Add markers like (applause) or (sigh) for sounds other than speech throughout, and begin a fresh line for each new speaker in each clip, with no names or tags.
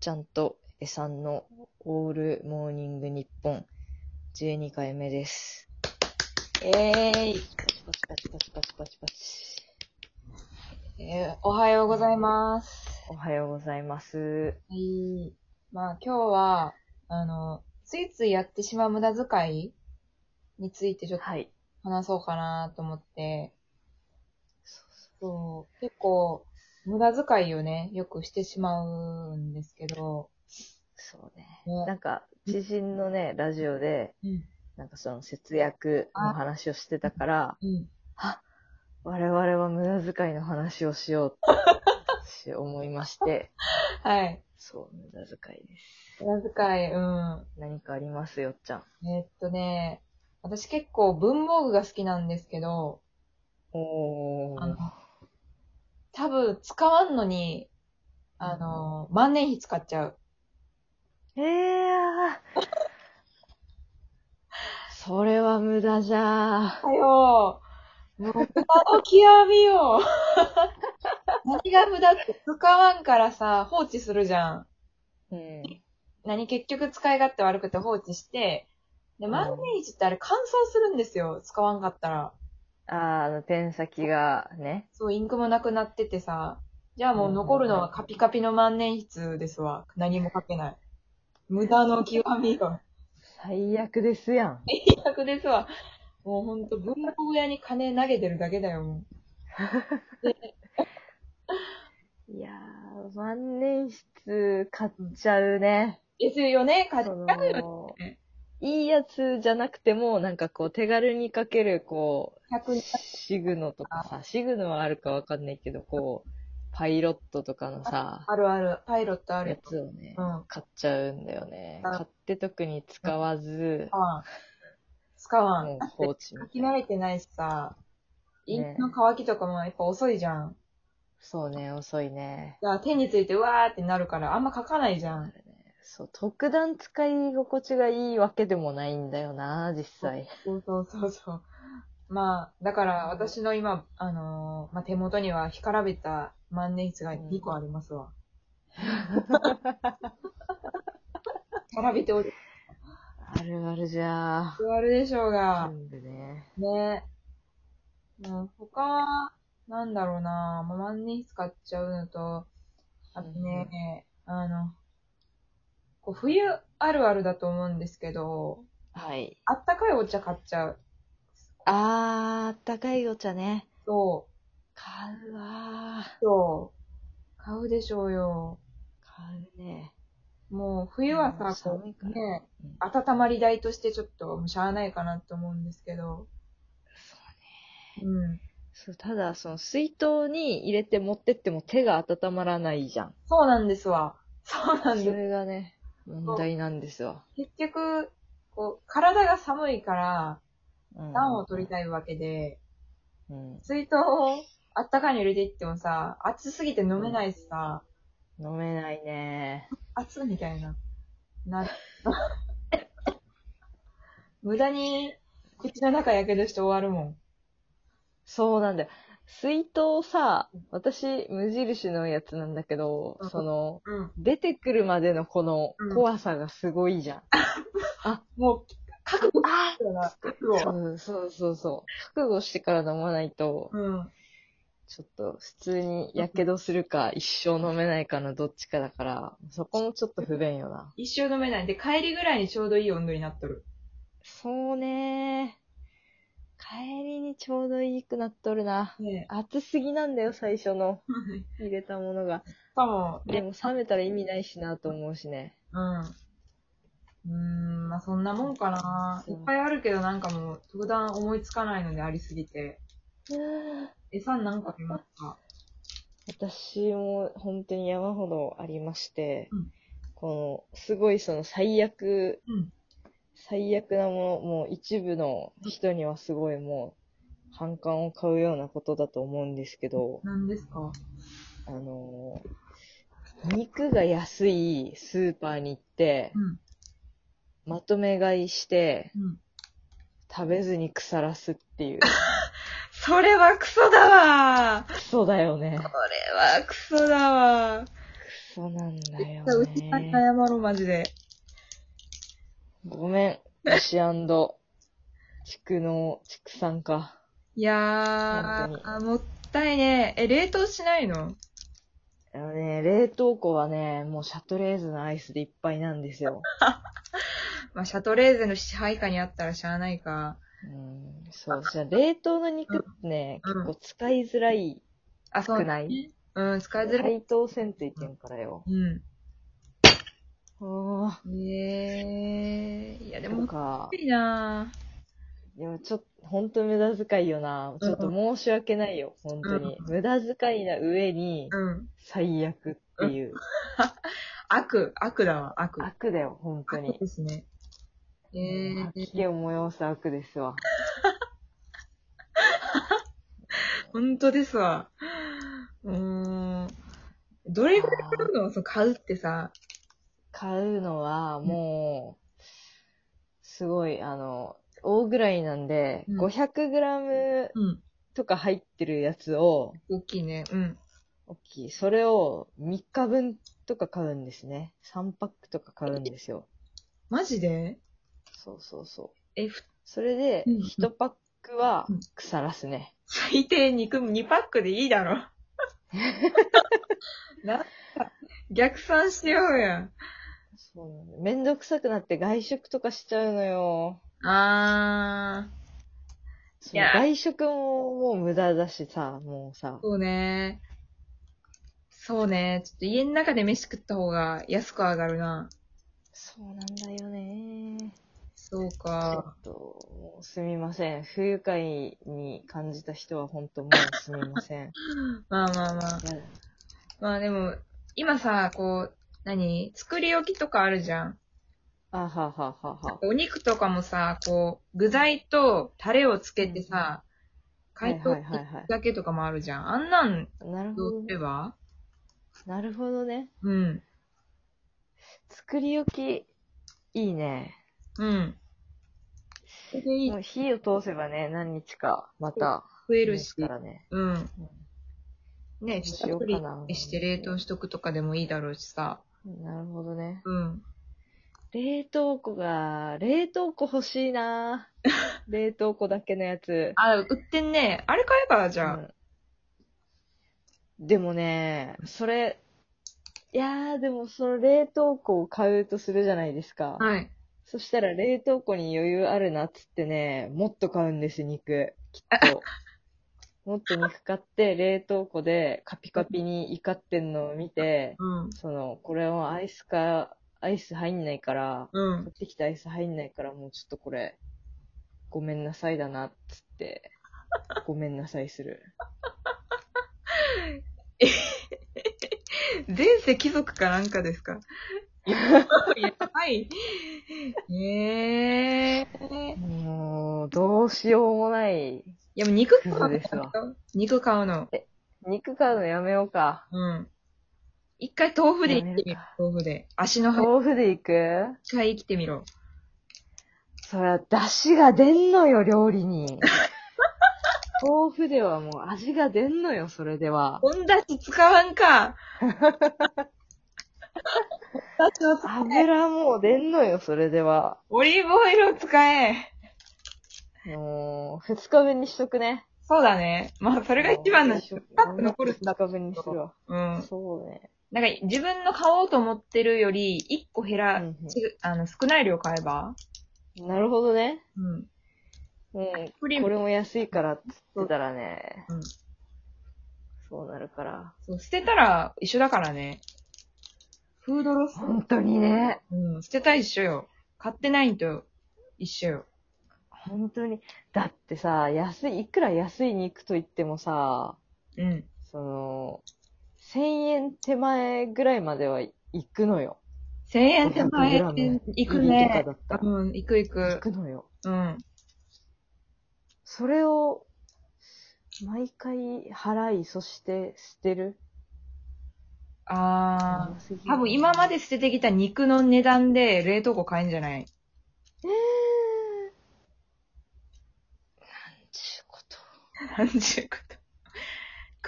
ちゃんとえさんのオールモーニング日本12回目です。えーいパチパチパチパチパチパチパチ。
えーおはようございます。
おはようございます。
はい。まあ今日は、あの、ついついやってしまう無駄遣いについてちょっと
はい。
話そうかなと思って、そう、結構無駄遣いをね、よくしてしまうんですけど、
そうね。な
ね
んか、知人のね、ラジオで、
うん、
なんかその節約の話をしてたから、
うん。
我々は無駄遣いの話をしようって思いま (laughs) して、
はい。
そう、無駄遣いです。
無駄遣い、うん。
何かありますよっちゃん。
えーっとね、私結構文房具が好きなんですけど、
お
あの、多分使わんのに、あの、万年筆使っちゃう。
ええー、それは無駄じゃー。
かよ。もう、無駄の極みよ。何が無駄って使わんからさ、放置するじゃん。
うん。
何結局使い勝手悪くて放置して、で、
うん
万年筆ってあれ乾燥するんですよ。使わんかったら。
あーあの、ペン先がね。
そう、インクもなくなっててさ。じゃあもう残るのはカピカピの万年筆ですわ。何も書けない。無駄の極みよ。
最悪ですやん。
最悪ですわ。もうほんと、文房具屋に金投げてるだけだよ、も
いやー、万年筆買っちゃうね。
う。ですよね、買っち
そ
ゃうよ
の、いいやつじゃなくても、なんかこう、手軽にかける、こう、
100
シグノとかさ、シグノはあるかわかんないけど、こう、パイロットとかのさ、
あるある。パイロットあ
や
る。
つをね
う、ん。あ
買っちゃうんだよね。
あ
買って特に使わず、
あ。使わ。
もうん放置み
書
た
き
い
慣
な。
れてないしさ、イ
ね
ンクの乾きとかもやっぱ遅いじゃん。
そうね、遅いね。
だから手についてうわーってなるから、あんま書かないじゃん。
そう、特段使い心地がいいわけでもないんだよな、実際。
そうそうそうそう。まあ、だから私の今、あのーまあ、手元には干からびた万年筆が2個ありますわ。並べておる。
あるあるじゃ
あるあるでしょう
ー。
が。
全部ね。
ねえ。もう他は、なんだろうなまあ万年筆使っちゃうのと、あとね、あの、こう冬あるあるだと思うんですけど、
はい。
あったかいお茶買っちゃう。
あー、あったかいお茶ね。
そ
買うわ
う、そう、買うでしょうよ。
ー。買うね。
もう冬は
うん
さ、こ
寒いから
うね、
うん
温まり代としてちょっともうしゃあないかなと思うんですけど、うん。
そう、ただ、その水筒に入れて持ってっても手が温まらないじゃん。
そうなんですわ。そうな
そ
んです。
れがね、問題なんですわ。
結局、こう、体が寒いから、
うん
暖を取りたいわけで、
うん。
水筒をあったかいに入れていってもさ、暑すぎて飲めないしさ、
飲めないね。
暑みたいな。な、無駄に口の中やけどして終わるもん。
そうなんだよ。水筒さ、私、無印のやつなんだけど
う、ん
その、
うん。
出てくるまでのこの
うん
怖さがすごいじゃん。
もう、覚悟
あ
だな、覚
(laughs)
悟。
そうそうそうそう。覚悟してから飲まないと、
うん。
ちょっと普通に火傷するか一生飲めないかのどっちかだから、そこもちょっと不便よな。
一生飲めない。で、帰りぐらいにちょうどいい温度になっとる。
そうね帰りにちょうどいいくなっとるな。
ね
暑すぎなんだよ、最初の
え。し
入れたものが。
かも、
でも冷めたら意味ないしなと思うしね。
うん。うーん、まあそんなもんかな。い
そう
っぱいあるけどなんかもう、特段思いつかないのでありすぎて。餌なんかありますか
私も本当に山ほどありまして、
うん
この、すごいその最悪、
うん
最悪なもの、もう一部の人にはすごいもう、反感を買うようなことだと思うんですけど、
何ですか
あのー肉が安いスーパーに行って
う、ん。
まとめ買いして、
うん。
食べずに腐らすって
(laughs)
いう。
それはクソだわー (laughs)
クソだよね。
それはクソだわー
クそうなんだよ、
うちさんに謝
ね。
ろう、マジで。
ごめん、牛畜農、畜産か。
いや
本当
ー、もったいねえ。え、冷凍しないの
あのね、冷凍庫はね、もうシャトレーゼのアイスでいっぱいなんですよ。
まあ、シャトレーゼの支配下にあったらしゃあないか。
うん、そう、じゃあ冷凍の肉ってね、
うん
結構使いづらい、
あ、そう
少ない
うん、使いづらい。
解凍せんといけんからよ。
う
おー
ん。えー、いや、でも、
と
もっ
か
た、いな
でもちょっと、ほんと無駄遣いよな。ちょっと申し訳ないよ、本当に。無駄遣いな上に
ー。、うん。
最悪っていう。
悪、悪だわ、悪。
悪だよ、本当
悪
に。
ですね。え
もう
ー
吐き、気を催す悪ですわ。
本当ですわ。うーん。どれぐらい買うのその買うってさ。
買うのは、もう、すごい、あの、大ぐらいなんで、
うん
500g
うん。
とか入ってるやつを、
大きいね。うん。
大きい。それを3日分とか買うんですね。3パックとか買うんですよ。
マジで
そうそうそう。
え、ふ
それで、
うん
1パックは
うん
腐らすね。
最低肉2パックでいいだろ。 (laughs) なんか、逆算しようや。
そうなんだめんどくさくなって外食とかしちゃうのよ。
あー。
そう
いや
外食ももう無駄だしさ、もうさ。
そうね。そうね。ちょっと家の中で飯食った方が安く上がるな。
そうなんだよね。
そう
ちょ
か。
っと、もうすみません。不愉快に感じた人は本当もうすみま
(laughs)
せん。
まあまあまあ。
いや
まあでも、今さ、こう、何作り置きとかあるじゃん。
あはははは。
お肉とかもさ、こう、具材とタレをつけてさ、
はい
解凍
はいはいは
だけとかもあるじゃん。あんなん、
い。なるほ
どう
ど
すれ
ね。
ば
なるほどね。
うん。
作り置き、いいね。
うん。それでいい
もう火を通せばね、何日かまた
増え
増
る
え
し。
からね。
うん。ね、
どう
下
しよ
処
うか
理
な
して冷凍しとくとかでもいいだろうしさ。
なるほどね。
うん。
冷凍庫が、冷凍庫欲しい
(laughs)
な冷凍庫だけのやつ。
あ、売ってんね。あれ買えば、じゃあ。
うんでもね、それ、いやー、でもその冷凍庫を買うとするじゃないですか。
はい。
そしたら冷凍庫に余裕あるなっつってね、もっと買うんですよ、肉。きっと。
(laughs)
もっと肉買って、冷凍庫でカピカピに怒ってんのを見て、
うん。
その、これはアイスか、アイス入んないから、
う
買
ん。
ってきたアイス入んないから、もうちょっとこれ、ごめんなさいだな、っつって、ごめんなさいする。
前世貴族かなんかで
(laughs)
すかやばい。ええー。
もう、どうしようもない。
いや、もう肉買う
そうですわ
の。肉買うの。
肉買うのやめようか。
うん。一回豆腐で行ってみ
やめる
る。豆腐で。足の葉、
豆腐でいく
一回生きてみろ。
そりゃ、出汁が出んのよ、料理
(laughs)
に。豆腐ではもう味が出んのよ、それでは。
本だし使わんか。だしを使え。
油もう出んのよ、それでは。
(laughs) オリーブオイルを使え。
もう、二日分にしとくね。
そうだね。まあ、そ
そ
れが一番だ
で
し
しょ。
パッと残るんだ
二日分にするわ。
うん。なんか
そうね。
自分の買おうと思ってるより、一個減ら、
うんうん
ちぐあの、少ない量買えば
なるほどね。
うん。
もう、
プリン
これも安いからって言ってたらね、
うん
そうなるから。
そう、捨てたら一緒だからね。フードロス
本当にね、
うん、捨てたら一緒よ。買ってないんと一緒よ。
本当に。だってさ、安い、いくら安い肉と言ってもさ、
うん。
その、1000円手前ぐらいまでは行くのよ。
1000円手前
500グラム
行く
入り
ね
と。かだったら。
うん、行く行
行
く。
くのよ。
うん。
それを、毎回払い、そして捨てる。
あ
安すぎ
ー。
る
多分今ま。で捨ててきた肉の値段で冷凍庫買えんじゃない
えーなんちゅうこと。
なんちゅうこと。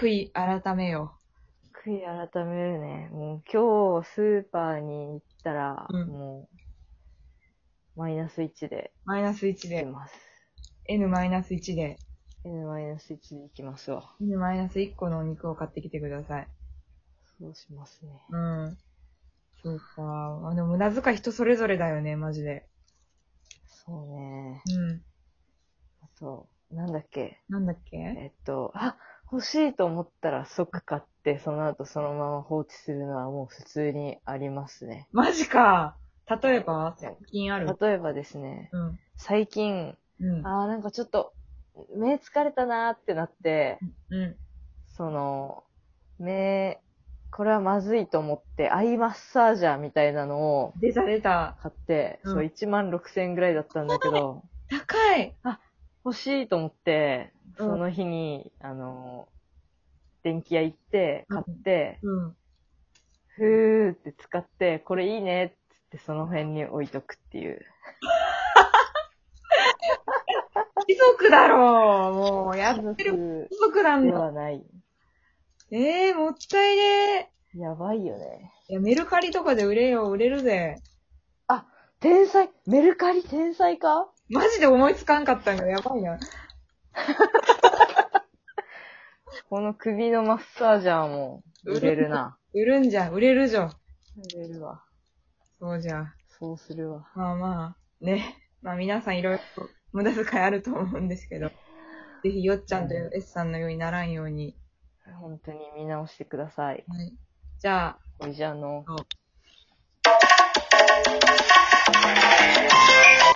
悔い改めよ
悔い改めるね。もう今日スーパーに行ったら、
うん
もう、マイナス1で
マイナス1
行き
で、
ます。
N マイナス1で、
N マイナス1で行きますわ。
N マイナス1個のお肉を買ってきてください。
そうしますね。
うん。そうか。あでも、無駄遣い人それぞれだよね、マジで。
そうね。
うん。
あと、なんだっけ。
なんだっけ
えっと、あ、欲しいと思ったら即買って、その後そのまま放置するのはもう普通にありますね。
マジか例えば、最近ある
例えばですね、
うん。
最近、
うん。
あーなんかちょっと、目疲れたなーってなって、
うん。
その、目、これはまずいと思って、アイマッサージャーみたいなのを
出た出た。
買って、
うん
そう、1万6千円ぐらいだったんだけど、
高い
欲しいと思って、
うん
その日に、あの、電気屋行って、買って、
うん。
ふーって使って、これいいねってって、その辺に置いとくっていう。
貴族だろうもう、やっ
家
てる
族
貴族なん
で
だ。
はない。
ええー、もったいね
やばいよね。
え。いや、メルカリとかで売れよ、売れるぜ。
天才、メルカリ天才か
マジで思いつかんかったんよ。やばいな。
この首のマッサージャーも売れるな。
売るんじゃ、売れるじゃん。
売れるわ。
そうじゃん。
そうするわ。
まあまあ、ね。まあ皆さんいろいろ無駄遣いあると思うんですけど、ぜひよっちゃんと S さんのようにならんように。
本当に見直してください。
はい。じゃあ、
これじゃあの。
そう